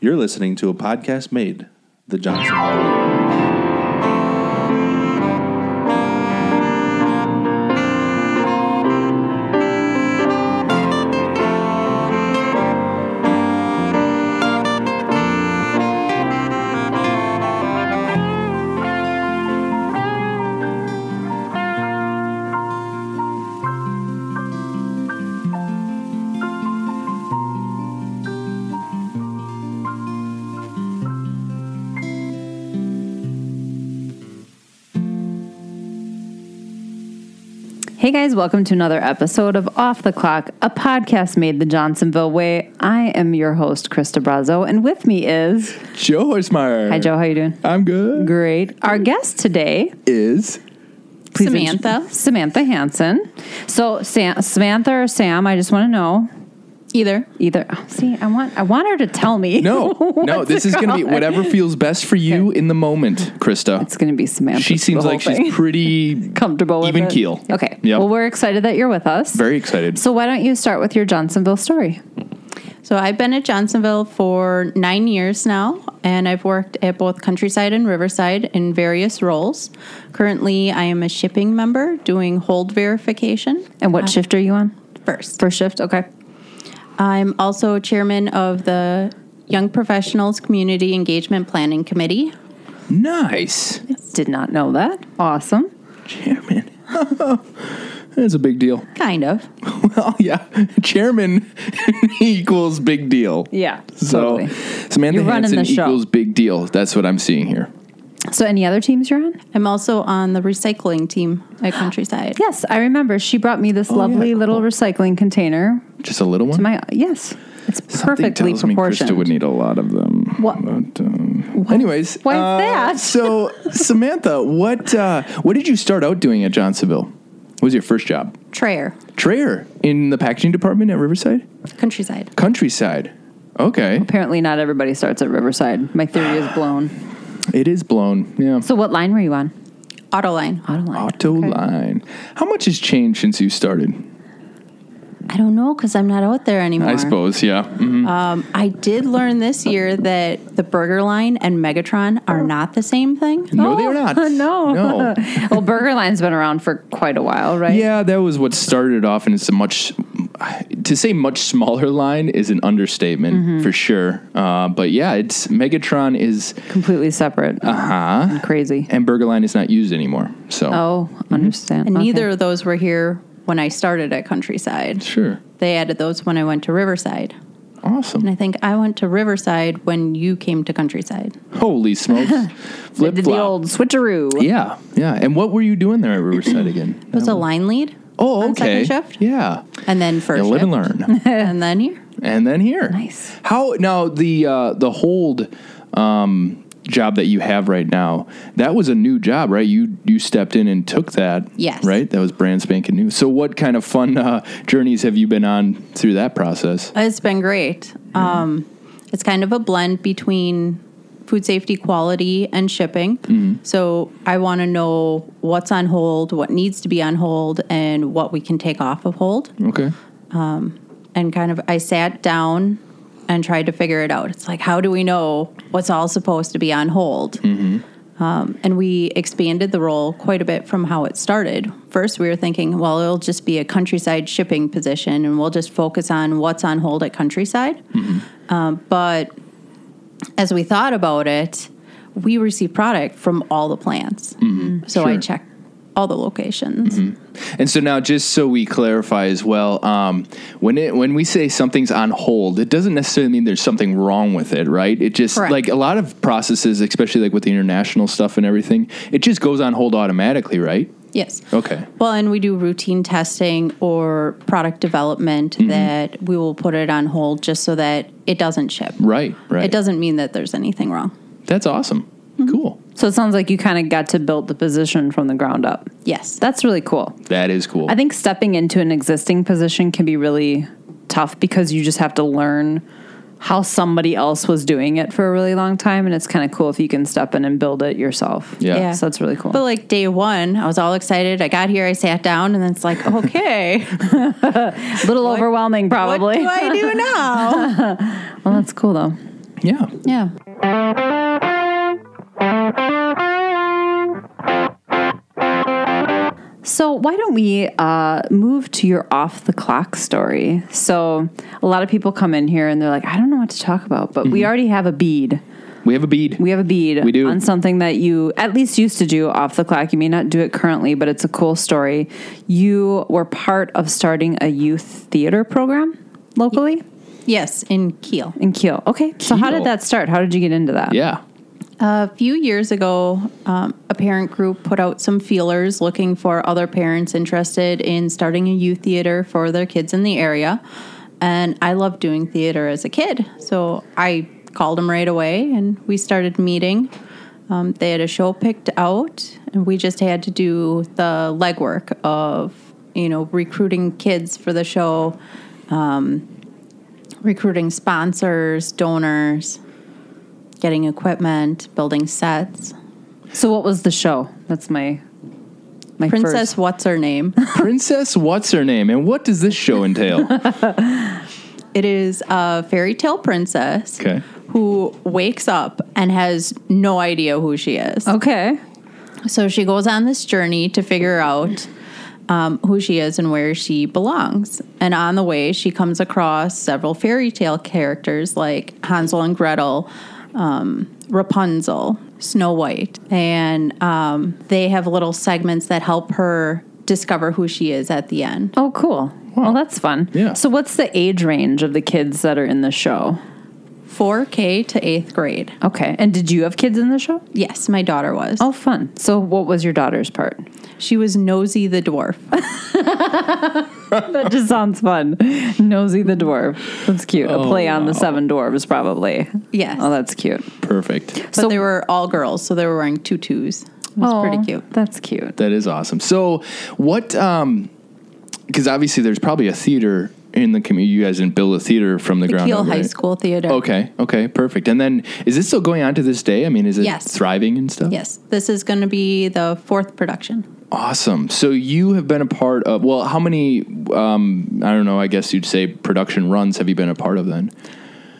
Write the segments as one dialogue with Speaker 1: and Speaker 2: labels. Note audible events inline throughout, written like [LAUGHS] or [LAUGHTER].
Speaker 1: You're listening to a podcast made the Johnson Highway.
Speaker 2: Hey guys, welcome to another episode of Off the Clock, a podcast made the Johnsonville way. I am your host, Krista Brazo, and with me is
Speaker 1: Joe Horsemeyer.
Speaker 2: Hi Joe, how you doing?
Speaker 1: I'm good.
Speaker 2: Great. Our guest today,
Speaker 1: Is
Speaker 2: please
Speaker 3: Samantha.
Speaker 2: int- Samantha Hansen. So Sam, Samantha or Sam, I just want to know
Speaker 3: Either.
Speaker 2: either. oh, see, I want I want her to tell me.
Speaker 4: No,
Speaker 2: [LAUGHS]
Speaker 4: no,
Speaker 2: what's
Speaker 4: this
Speaker 2: it
Speaker 4: is going to be
Speaker 2: called.
Speaker 4: whatever feels best for you in the moment, Krista.
Speaker 2: It's gonna be Samantha.
Speaker 4: she seems like she's pretty
Speaker 2: [LAUGHS] comfortable with
Speaker 4: even
Speaker 2: it.
Speaker 4: keel.
Speaker 2: Okay.
Speaker 4: Yep.
Speaker 2: Well, we're excited that you're with us.
Speaker 4: Very excited.
Speaker 2: So why don't you start with your Johnsonville story?
Speaker 3: So I've been at Johnsonville for nine years now, and I've worked at both Countryside and Riverside in various roles. Currently, I am a shipping member doing hold verification
Speaker 2: And what shift are you on?
Speaker 3: first.
Speaker 2: First shift. Okay.
Speaker 3: I'm also chairman of the Young Professionals Community Engagement Planning Committee.
Speaker 4: nice.
Speaker 2: Did not know that. Awesome.
Speaker 4: Chairman. [LAUGHS] That's a big deal. [LAUGHS]
Speaker 3: Kind of.
Speaker 4: Well, yeah. Chairman [LAUGHS] equals big deal.
Speaker 2: Yeah.
Speaker 4: So
Speaker 2: totally.
Speaker 4: Samantha
Speaker 2: You're running
Speaker 4: Hansen
Speaker 2: the show.
Speaker 4: equals big deal. That's what I'm seeing here.
Speaker 2: So any other teams you're on?
Speaker 3: I'm also on the recycling team [GASPS] at Countryside.
Speaker 2: Yes, I remember she brought me this
Speaker 4: Oh, yeah,
Speaker 2: lovely little recycling container.
Speaker 4: Just a little one.
Speaker 2: My yes. It's
Speaker 4: Something
Speaker 2: perfectly
Speaker 4: tells me
Speaker 2: proportioned.
Speaker 4: Krista would need a lot of them.
Speaker 2: What-
Speaker 4: But, um, anyways,
Speaker 2: Why is
Speaker 4: uh,
Speaker 2: that?
Speaker 4: [LAUGHS] so, Samantha, what uh, what did you start out doing at Johnsonville? What was your first job?
Speaker 3: Trayer,
Speaker 4: Trayer in the packaging department at Riverside,
Speaker 3: Countryside.
Speaker 4: Countryside. Okay,
Speaker 2: Apparently not everybody starts at Riverside. My theory is blown.
Speaker 4: it is blown. Yeah,
Speaker 2: So what line were you on?
Speaker 3: Autoline.
Speaker 2: Auto line.
Speaker 4: auto
Speaker 2: Okay.
Speaker 4: line. How much has changed since you started?
Speaker 3: I don't know because I'm not out there anymore.
Speaker 4: I suppose. Yeah. Mhm.
Speaker 3: I did learn this year that the burger line and Megatron are not the same thing.
Speaker 4: no, they're not.
Speaker 2: Oh, [LAUGHS] no.
Speaker 4: No.
Speaker 2: well, Burger Line's been around for quite a while, right?
Speaker 4: Yeah, that was what started off, and it's a much to say much smaller [LAUGHS] line is an understatement
Speaker 3: Mm-hmm.
Speaker 4: for sure. Uh, but yeah, it's Megatron is
Speaker 2: Completely separate. Uh huh. Crazy.
Speaker 4: Uh-huh. and Burger Line is not used anymore. So
Speaker 2: Oh, understand.
Speaker 3: And
Speaker 2: Okay.
Speaker 3: neither of those were here when I started at Countryside.
Speaker 4: sure,
Speaker 3: They added those when I went to Riverside.
Speaker 4: awesome.
Speaker 3: And I think I went to Riverside when you came to Countryside.
Speaker 4: Holy
Speaker 3: [LAUGHS]
Speaker 4: smokes, flip
Speaker 2: did the old switcheroo.
Speaker 4: Yeah, yeah. And what were you doing there at Riverside
Speaker 3: [CLEARS THROAT]
Speaker 4: again?
Speaker 3: It was a line lead.
Speaker 4: Oh,
Speaker 3: on
Speaker 4: okay.
Speaker 3: second shift.
Speaker 4: Yeah,
Speaker 3: And then first
Speaker 4: you live and
Speaker 3: shift.
Speaker 4: learn.
Speaker 3: And then here.
Speaker 4: and then here.
Speaker 2: Nice.
Speaker 4: How now the uh, the hold um, job that you have right now? That was a new job, right? You you stepped in and took that.
Speaker 3: Yes.
Speaker 4: Right. That was brand spanking new. So what kind of fun uh, journeys have you been on through that process?
Speaker 3: It's been great. Um, it's kind of a blend between food safety quality and shipping. So I want to know what's on hold, what needs to be on hold, and what we can take off of hold.
Speaker 4: Okay.
Speaker 3: And kind of, I sat down and tried to figure it out. It's like, how do we know what's all supposed to be on hold?
Speaker 4: Mm-hmm.
Speaker 3: Um, and we expanded the role quite a bit from how it started. First, we were thinking, well, it'll just be a countryside shipping position, and we'll just focus on what's on hold at countryside.
Speaker 4: Mm-hmm.
Speaker 3: Um, but as we thought about it, we receive product from all the plants, so I
Speaker 4: Mm-hmm. Sure. Mm-hmm.
Speaker 3: check all the locations.
Speaker 4: And so now, just so we clarify as well, um, when it when we say something's on hold, it doesn't necessarily mean there's something wrong with it, right? It just
Speaker 3: Correct.
Speaker 4: like a lot of processes, especially like with the international stuff and everything, it just goes on hold automatically, right?
Speaker 3: Yes.
Speaker 4: Okay.
Speaker 3: Well, and we do routine testing or product development
Speaker 2: Mm-hmm.
Speaker 3: that we will put it on hold just so that it doesn't ship.
Speaker 4: Right, right.
Speaker 3: It Mm-hmm. doesn't mean that there's anything wrong.
Speaker 4: That's awesome. Cool.
Speaker 2: So it sounds like you kind of got to build the position from the ground up.
Speaker 3: Yes.
Speaker 2: That's really cool.
Speaker 4: That is cool.
Speaker 2: I think stepping into an existing position can be really tough because you just have to learn how somebody else was doing it for a really long time. And it's kind of cool if you can step in and build it yourself.
Speaker 4: Yeah. Yeah.
Speaker 2: So that's really cool.
Speaker 3: But like day one, I was all excited. I got here, I sat down, and
Speaker 2: [LAUGHS]
Speaker 3: it's like, okay,
Speaker 2: a little overwhelming,
Speaker 3: what
Speaker 2: probably.
Speaker 3: do I do now?
Speaker 2: well, that's cool though.
Speaker 4: Yeah.
Speaker 2: [LAUGHS] Yeah. So, why don't we uh, move to your off the clock story? So, a lot of people come in here and they're like, I don't know what to talk about, but we already have a bead.
Speaker 4: We have a bead.
Speaker 2: We have a bead
Speaker 4: We do.
Speaker 2: on something that you at least used to do off the clock. You may not do it currently, but it's a cool story. You were part of starting a youth theater program locally
Speaker 3: Yes, in Kiel.
Speaker 2: in Kiel. Okay. So, how
Speaker 4: Kiel.
Speaker 2: did that start? How did you get into that?
Speaker 4: yeah.
Speaker 3: A few years ago, um, a parent group put out some feelers looking for other parents interested in starting a youth theater for their kids in the area. And I loved doing theater as a kid, so I called them right away and we started meeting. Um, they had a show picked out, and we just had to do the legwork of, you know, recruiting kids for the show, um, recruiting sponsors, donors, getting equipment, building sets.
Speaker 2: So what was the show? That's my my
Speaker 3: Princess,
Speaker 2: first.
Speaker 3: what's her name?
Speaker 4: Princess, what's her name? And what does this show entail?
Speaker 3: [LAUGHS] it is a fairy tale princess
Speaker 4: Okay.
Speaker 3: who wakes up and has no idea who she is.
Speaker 2: Okay.
Speaker 3: So she goes on this journey to figure out um, who she is and where she belongs. And on the way, she comes across several fairy tale characters like Hansel and Gretel, um, Rapunzel, Snow White. And um, they have little segments that help her discover who she is at the end.
Speaker 2: Oh, cool. Well, that's fun.
Speaker 4: Yeah.
Speaker 2: So what's the age range of the kids that are in the show?
Speaker 3: 4K to eighth grade.
Speaker 2: Okay. And did you have kids in the show?
Speaker 3: Yes, my daughter was.
Speaker 2: Oh, fun. So what was your daughter's part?
Speaker 3: She was Nosy the dwarf.
Speaker 2: That just sounds fun. Nosy the dwarf. That's cute. a play on
Speaker 4: Oh,
Speaker 2: the seven dwarves, probably.
Speaker 3: Yes.
Speaker 2: Oh, that's cute.
Speaker 4: Perfect.
Speaker 3: But they were all girls, so they were wearing tutus. It was pretty cute.
Speaker 2: That's cute.
Speaker 4: That is awesome. So, what? Um, because obviously there's probably a theater in the community. You guys didn't build a theater from the, ground
Speaker 3: Kiel
Speaker 4: up,
Speaker 3: High
Speaker 4: right?
Speaker 3: School Theater.
Speaker 4: Okay. Okay. Perfect. And then, is this still going on to this day? I mean, is it
Speaker 3: Yes.
Speaker 4: thriving and stuff?
Speaker 3: Yes, this is going to be the fourth production.
Speaker 4: Awesome. So you have been a part of. Well, how many? Um, I don't know. I guess you'd say production runs have you been a part of then?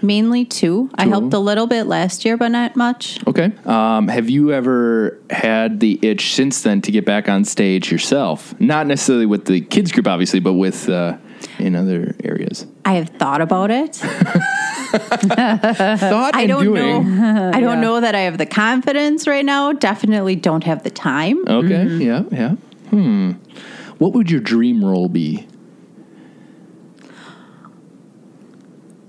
Speaker 3: Mainly two. I
Speaker 4: Two.
Speaker 3: helped a little bit last year, but not much.
Speaker 4: Okay. Um, have you ever had the itch since then to get back on stage yourself? Not necessarily with the kids group, obviously, but with uh, in other areas.
Speaker 3: I have thought about it.
Speaker 2: Uh,
Speaker 4: Thought
Speaker 3: I
Speaker 4: and
Speaker 2: [LAUGHS]
Speaker 3: don't
Speaker 4: doing.
Speaker 3: know. I don't know that I have the confidence right now. Definitely don't have the time.
Speaker 4: Okay. Yeah. Yeah. Hmm. What would your dream role be?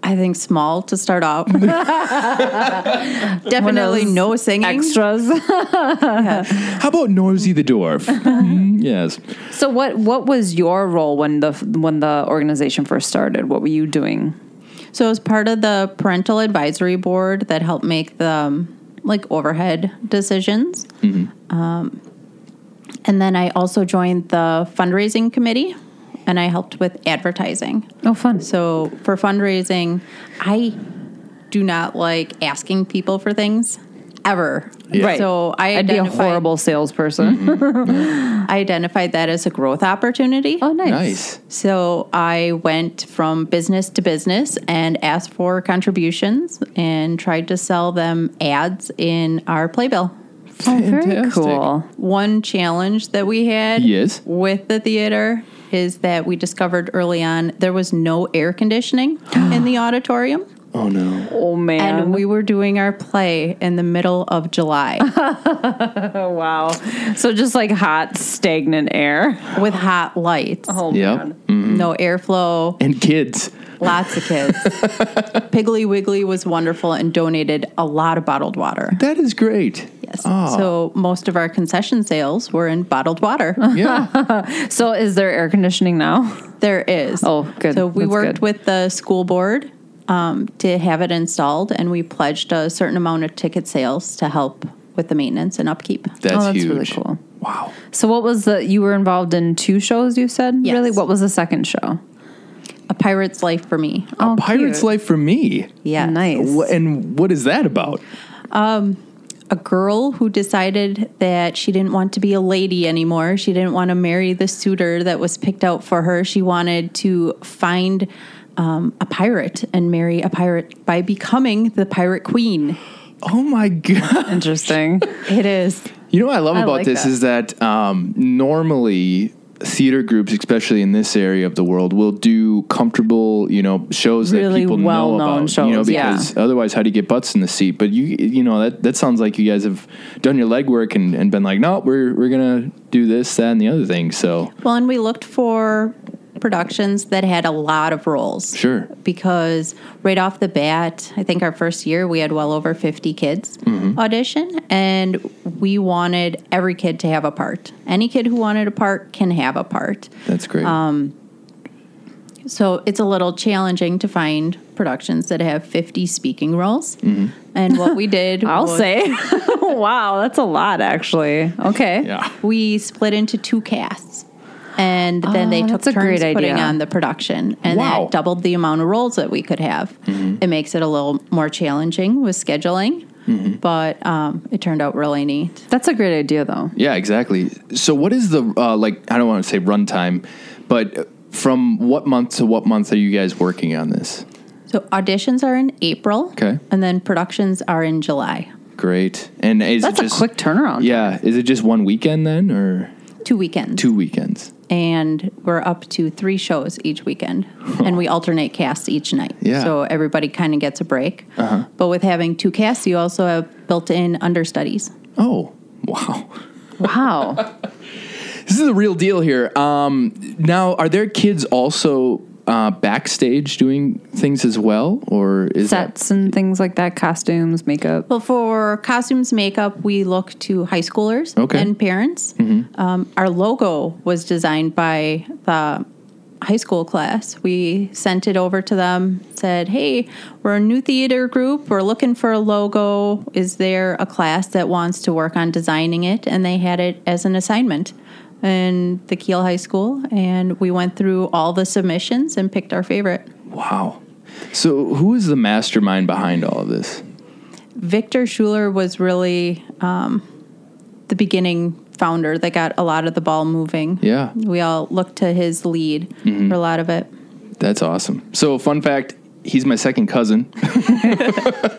Speaker 3: I think small to start
Speaker 2: [LAUGHS]
Speaker 3: off. Definitely
Speaker 2: those
Speaker 3: no singing.
Speaker 2: Extras. [LAUGHS]
Speaker 4: How about Noisy the dwarf? Hmm, yes.
Speaker 2: so what what was your role when the when the organization first started? What were you doing?
Speaker 3: So as part of the parental advisory board that helped make the um, like overhead decisions. Um, and then I also joined the fundraising committee and I helped with advertising.
Speaker 2: Oh, fun.
Speaker 3: So for fundraising, I do not like asking people for things ever.
Speaker 2: Right.
Speaker 3: So I
Speaker 2: I'd be a
Speaker 3: identified-
Speaker 2: horrible salesperson.
Speaker 3: I identified that as a growth opportunity.
Speaker 2: [LAUGHS] Oh, nice.
Speaker 4: Nice.
Speaker 3: So I went from business to business and asked for contributions and tried to sell them ads in our playbill.
Speaker 2: Oh, very
Speaker 4: Fantastic.
Speaker 2: cool.
Speaker 3: One challenge that we had
Speaker 4: Yes.
Speaker 3: with the theater is that we discovered early on there was no air conditioning in the auditorium.
Speaker 4: Oh no.
Speaker 2: Oh man.
Speaker 3: And we were doing our play in the middle of July
Speaker 2: oh wow. So just like hot, stagnant air.
Speaker 3: with hot lights,
Speaker 2: Oh
Speaker 4: Yep.
Speaker 2: man.
Speaker 3: no airflow,
Speaker 4: And kids.
Speaker 3: lots of kids. Piggly Wiggly was wonderful and donated a lot of bottled water.
Speaker 4: That
Speaker 2: [LAUGHS]
Speaker 4: is great.
Speaker 3: Yes.
Speaker 2: Oh.
Speaker 4: Ah.
Speaker 3: So most of our concession sales were in
Speaker 2: [LAUGHS]
Speaker 3: bottled water.
Speaker 4: Yeah.
Speaker 2: So is there air conditioning now?
Speaker 3: there is.
Speaker 2: Oh, good.
Speaker 3: So we
Speaker 2: That's
Speaker 3: worked
Speaker 2: good.
Speaker 3: with the school board um, to have it installed, and we pledged a certain amount of ticket sales to help with the maintenance and upkeep.
Speaker 4: That's,
Speaker 2: oh, that's
Speaker 4: huge.
Speaker 2: really cool.
Speaker 4: Wow.
Speaker 2: So what was the you were involved in two shows you said?
Speaker 3: Yes.
Speaker 2: Really? What was the second show?
Speaker 3: A pirate's life for me. Um,
Speaker 2: Oh,
Speaker 4: a pirate's
Speaker 2: cute.
Speaker 4: life for me.
Speaker 3: Yeah.
Speaker 2: Nice.
Speaker 4: Wh- And what is that about?
Speaker 3: A girl who decided that she didn't want to be a lady anymore. She didn't want to marry the suitor that was picked out for her. She wanted to find um, a pirate and marry a pirate by becoming the pirate queen.
Speaker 4: Oh my [LAUGHS]
Speaker 2: [LAUGHS]
Speaker 4: god!
Speaker 2: Interesting.
Speaker 3: It is.
Speaker 4: You know what I love
Speaker 2: I
Speaker 4: about
Speaker 2: like
Speaker 4: this
Speaker 2: that.
Speaker 4: is that um, normally theater groups, especially in this area of the world, will do comfortable, you know, shows that
Speaker 2: Really
Speaker 4: people know
Speaker 2: well-known
Speaker 4: about. you know,
Speaker 2: shows, yeah.
Speaker 4: because otherwise, how do you get butts in the seat? But you, you know, that that sounds like you guys have done your legwork and, and been like, no, we're we're gonna do this, that, and the other thing. So
Speaker 3: Well, and we looked for productions that had a lot of roles.
Speaker 4: Sure.
Speaker 3: Because right off the bat, I think our first year we had well over 50 kids audition, and we wanted every kid to have a part. Any kid who wanted a part can have a part.
Speaker 4: that's great.
Speaker 2: Um,
Speaker 3: So it's a little challenging to find productions that have 50 speaking roles. And what we
Speaker 2: [LAUGHS]
Speaker 3: did
Speaker 2: I'll
Speaker 3: was
Speaker 2: say. wow, that's a lot, actually. Okay.
Speaker 4: yeah.
Speaker 3: we split into two casts. And then they
Speaker 2: Oh,
Speaker 3: took
Speaker 2: that's a
Speaker 3: turns
Speaker 2: great
Speaker 3: putting
Speaker 2: idea.
Speaker 3: on the production. And
Speaker 4: Wow. Mm-hmm.
Speaker 3: that doubled the amount of roles that we could have. It makes it a little more challenging with scheduling,
Speaker 4: Mm-hmm.
Speaker 3: but um, it turned out really neat.
Speaker 2: That's a great idea, though.
Speaker 4: Yeah, exactly. So, what is the uh, like? I don't want to say runtime, but from what month to what month are you guys working on this?
Speaker 3: So auditions are in April.
Speaker 4: Okay.
Speaker 3: And then productions are in July.
Speaker 4: Great. And is
Speaker 2: That's a
Speaker 4: it just
Speaker 2: quick turnaround.
Speaker 4: Yeah, is it just one weekend then, or
Speaker 3: Two weekends.
Speaker 4: two weekends?
Speaker 3: and we're up to three shows each weekend, and we alternate casts each night.
Speaker 4: Yeah. Uh-huh.
Speaker 3: So everybody kind of gets a break. But with having two casts, you also have built-in understudies.
Speaker 4: Oh, wow. [LAUGHS]
Speaker 2: Wow.
Speaker 4: This is the real deal here. Um, now, are there kids also uh, backstage doing things as well, or is that
Speaker 2: Sets and things like that, costumes, makeup.
Speaker 3: Well, for costumes, makeup, we look to high schoolers
Speaker 4: Okay.
Speaker 3: and parents. Um, our logo was designed by the high school class. We sent it over to them, said, Hey, we're a new theater group. We're looking for a logo. Is there a class that wants to work on designing it? And they had it as an assignment in the Kiel High School. And we went through all the submissions and picked our favorite.
Speaker 4: wow? So, who is the mastermind behind all of this?
Speaker 3: Victor Schuler was really um, the beginning founder that got a lot of the ball moving.
Speaker 4: Yeah. Mm-hmm.
Speaker 3: We all looked to his lead for a lot of it.
Speaker 4: That's awesome. So, fun fact: he's my second cousin.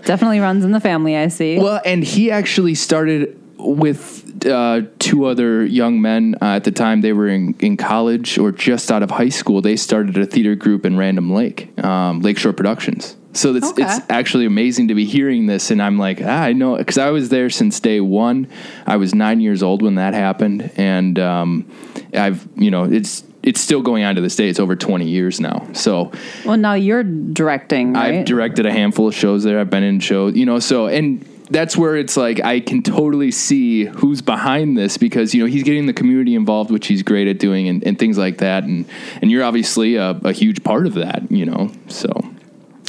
Speaker 2: Definitely runs in the family, I see.
Speaker 4: Well, and he actually started with uh, two other young men uh, at the time. They were in, in college or just out of high school. They started a theater group in Random Lake, um, Lakeshore Productions. So it's,
Speaker 3: Okay.
Speaker 4: it's actually amazing to be hearing this, and I'm like, ah, I know, because I was there since day one. I was nine years old when that happened, and um, I've, you know, it's it's still going on to this day. It's over 20 years now. So
Speaker 2: Well, now you're directing, right?
Speaker 4: I've directed a handful of shows there. I've been in shows, you know, so and that's where it's like I can totally see who's behind this because you know he's getting the community involved, which he's great at doing, and, and things like that, and and you're obviously a, a huge part of that, you know. So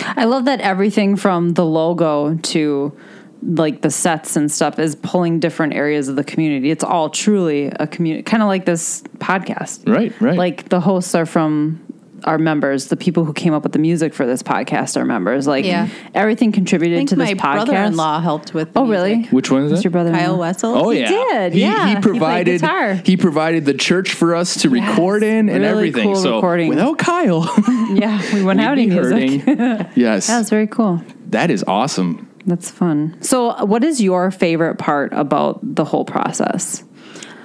Speaker 2: I love that everything from the logo to like the sets and stuff is pulling different areas of the community. It's all truly a community, kind of like this podcast.
Speaker 4: Right, right.
Speaker 2: Like the hosts are from our members. The people who came up with the music for this podcast are members. Like
Speaker 3: Yeah.
Speaker 2: everything
Speaker 3: I
Speaker 2: contributed
Speaker 3: think
Speaker 2: to this
Speaker 3: my
Speaker 2: podcast.
Speaker 3: brother-in-law helped with. The
Speaker 2: Oh,
Speaker 3: music.
Speaker 2: really?
Speaker 4: which one is
Speaker 2: It's
Speaker 4: that?
Speaker 2: your brother
Speaker 3: Kyle Wessel.
Speaker 4: Oh
Speaker 2: He
Speaker 4: yeah,
Speaker 2: did,
Speaker 4: He,
Speaker 2: yeah. He
Speaker 4: he
Speaker 2: played
Speaker 4: provided
Speaker 2: guitar.
Speaker 4: he, provided the church for us to record in and
Speaker 2: Really
Speaker 4: everything.
Speaker 2: cool
Speaker 4: so
Speaker 2: recording.
Speaker 4: without Kyle,
Speaker 2: [LAUGHS]
Speaker 4: [LAUGHS]
Speaker 2: Yeah, we went out in
Speaker 4: we'd
Speaker 2: [LAUGHS]
Speaker 4: be
Speaker 2: music.
Speaker 4: hurting. yes,
Speaker 2: That was very cool.
Speaker 4: that is awesome.
Speaker 2: That's fun. So, what is your favorite part about the whole process?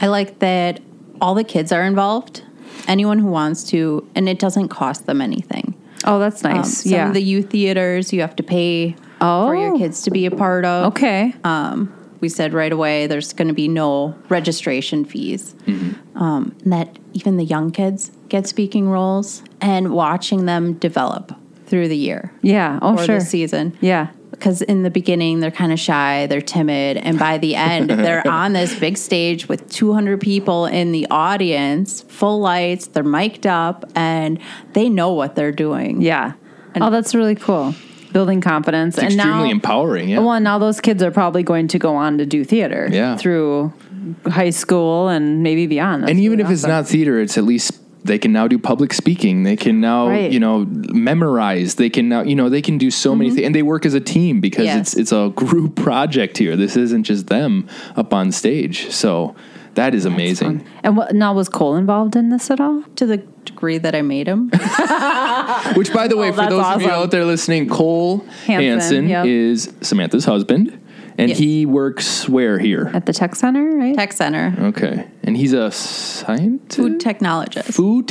Speaker 3: I like that all the kids are involved. Anyone who wants to, and it doesn't cost them anything.
Speaker 2: Oh, that's
Speaker 3: Um,
Speaker 2: nice.
Speaker 3: some
Speaker 2: yeah.
Speaker 3: of the youth theaters you have to pay for your
Speaker 2: Oh.
Speaker 3: kids to be a part of.
Speaker 2: okay.
Speaker 3: we said right away there's going to be no registration fees.
Speaker 2: Mm-hmm.
Speaker 3: Um, and that even the young kids get speaking roles and watching them develop through the year
Speaker 2: yeah. Oh,
Speaker 3: or
Speaker 2: sure.
Speaker 3: the season.
Speaker 2: Yeah.
Speaker 3: Because in the beginning, they're kind of shy, they're timid. And by
Speaker 2: [LAUGHS]
Speaker 3: the end, they're on this big stage with 200 people in the audience, full lights, they're mic'd up, and they know what they're doing.
Speaker 2: Yeah. oh, that's really cool. Building confidence
Speaker 4: It's
Speaker 2: and
Speaker 4: extremely
Speaker 2: now,
Speaker 4: empowering. Yeah.
Speaker 2: Well, and now those kids are probably going to go on to do theater.
Speaker 4: Yeah.
Speaker 2: Through high school and maybe beyond. That's
Speaker 4: and even
Speaker 2: really
Speaker 4: if it's
Speaker 2: awesome.
Speaker 4: not theater, it's at least they can now do public speaking. They can now,
Speaker 2: Right.
Speaker 4: you know, memorize. They can now, you know, they can do so
Speaker 2: Mm-hmm.
Speaker 4: many things, and they work as a team because
Speaker 3: Yes.
Speaker 4: [LAUGHS] it's it's a group project here. This isn't just them up on stage. So That is amazing.
Speaker 2: And what, now was Cole involved in this at all?
Speaker 3: to the degree that I made him.
Speaker 4: Which, by the way,
Speaker 2: Oh,
Speaker 4: for
Speaker 2: that's
Speaker 4: those of you
Speaker 2: awesome.
Speaker 4: out there listening, Cole Hansen,
Speaker 2: Hansen, yep.
Speaker 4: is Samantha's husband, and
Speaker 3: Yes.
Speaker 4: he works where here?
Speaker 2: At the tech center, right?
Speaker 3: Tech Center,
Speaker 4: Okay, and he's a scientist,
Speaker 2: Mm-hmm.
Speaker 3: food technologist.
Speaker 4: food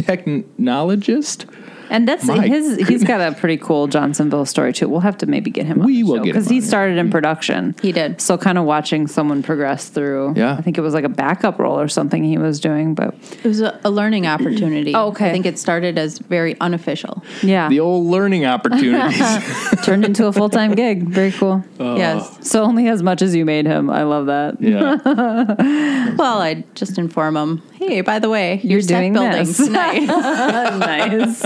Speaker 4: technologist.
Speaker 2: And that's
Speaker 4: My
Speaker 2: his. He's got a pretty cool Johnsonville story too. We'll have to maybe get him.
Speaker 4: We
Speaker 2: on the
Speaker 4: will
Speaker 2: show,
Speaker 4: get him
Speaker 2: because he
Speaker 4: on, Mm-hmm. yeah.
Speaker 2: started in production.
Speaker 3: He did.
Speaker 2: So kind of watching someone progress through.
Speaker 4: Yeah.
Speaker 2: I think it was like a backup role or something he was doing, but
Speaker 3: It was a, a learning opportunity.
Speaker 2: [CLEARS THROAT] Oh, okay.
Speaker 3: I think it started as very unofficial.
Speaker 2: yeah,
Speaker 4: The old
Speaker 2: [LAUGHS]
Speaker 4: learning opportunities.
Speaker 2: turned into a full time gig. Very cool.
Speaker 4: Uh,
Speaker 3: yes.
Speaker 2: So only as much as you made him. I love that.
Speaker 4: yeah.
Speaker 3: Well, I'd just inform him. Hey, by the way,
Speaker 2: You're
Speaker 3: your tech
Speaker 2: doing
Speaker 3: building
Speaker 2: this." [LAUGHS]
Speaker 3: tonight.
Speaker 2: nice.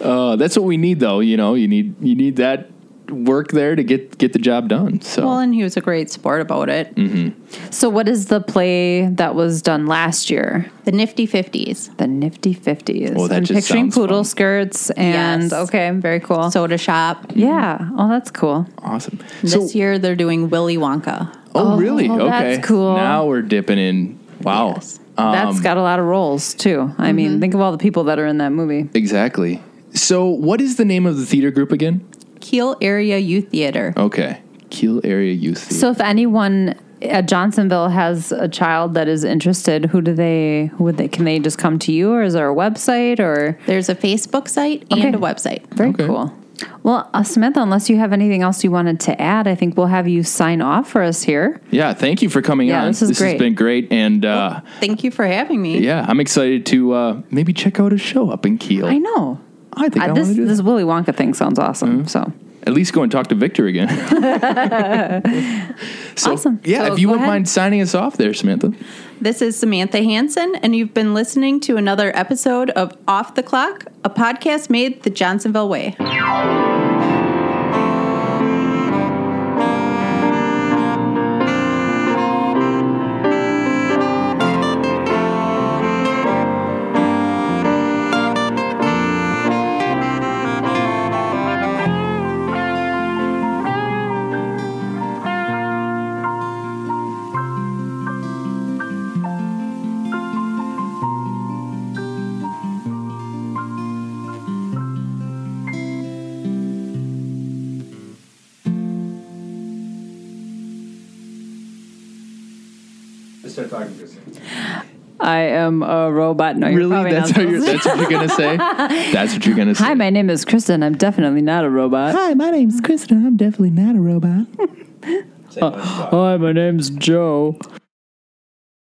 Speaker 4: Uh, that's what we need, though. You know, you need you need that work there to get get the job done. So
Speaker 3: well, and he was a great sport about it.
Speaker 4: Mm.
Speaker 2: So what is the play that was done last year?
Speaker 3: The Nifty Fifties,
Speaker 2: The Nifty Fifties.
Speaker 4: Oh, that
Speaker 2: I'm
Speaker 4: just
Speaker 2: picturing
Speaker 4: sounds
Speaker 2: poodle
Speaker 4: fun.
Speaker 2: skirts and
Speaker 3: Yes.
Speaker 2: okay, very cool. So
Speaker 3: soda shop.
Speaker 2: yeah. Oh, that's cool.
Speaker 4: awesome. so
Speaker 3: this year they're doing Willy Wonka.
Speaker 4: oh, really?
Speaker 2: Oh,
Speaker 4: okay,
Speaker 2: that's cool.
Speaker 4: Now we're dipping in. Wow.
Speaker 3: Yes.
Speaker 2: That's
Speaker 4: Um,
Speaker 2: got a lot of roles too. I mean, think of all the people that are in that movie.
Speaker 4: Exactly. So, what is the name of the theater group again?
Speaker 3: Kiel Area Youth Theater.
Speaker 4: Okay, Keel Area Youth Theater.
Speaker 2: So if anyone at Johnsonville has a child that is interested, who do they who would they can they just come to you or is there a website or
Speaker 3: There's a Facebook site and
Speaker 2: Okay.
Speaker 3: a website.
Speaker 2: very
Speaker 4: Okay.
Speaker 2: cool. Well, uh, Samantha, unless you have anything else you wanted to add, I think we'll have you sign off for us here.
Speaker 4: yeah, thank you for coming
Speaker 2: Yeah,
Speaker 4: on.
Speaker 2: this is
Speaker 4: has
Speaker 2: great.
Speaker 4: been great, and uh,
Speaker 3: Thank you for having me.
Speaker 4: yeah, I'm excited to uh, maybe check out a show up in Keel.
Speaker 2: I know.
Speaker 4: I think I,
Speaker 2: Uh,
Speaker 4: want
Speaker 2: this
Speaker 4: to do
Speaker 2: this
Speaker 4: that. Mm.
Speaker 2: Willy Wonka thing sounds awesome. So
Speaker 4: At least go and talk to Victor
Speaker 2: [LAUGHS]
Speaker 4: again. [LAUGHS] so,
Speaker 2: Awesome.
Speaker 4: Yeah,
Speaker 2: So
Speaker 4: if you
Speaker 2: go
Speaker 4: wouldn't
Speaker 2: ahead.
Speaker 4: mind signing us off there, Samantha.
Speaker 3: This is Samantha Hansen, and you've been listening to another episode of Off the Clock, a podcast made the Johnsonville way.
Speaker 5: Start talking to us.
Speaker 2: I am a robot. No, you're
Speaker 4: Really?
Speaker 2: probably
Speaker 4: That's
Speaker 2: not
Speaker 4: how you're,
Speaker 2: supposed
Speaker 4: that's what you're gonna
Speaker 2: [LAUGHS]
Speaker 4: say. That's what you're gonna
Speaker 2: to-
Speaker 4: say.
Speaker 2: Hi, my name is Kristen. I'm definitely not a robot.
Speaker 4: Hi,
Speaker 2: [LAUGHS]
Speaker 4: my name's Kristen. I'm definitely not a robot. Uh,
Speaker 5: Say, "Let's talk."
Speaker 2: Hi, my name's Joe.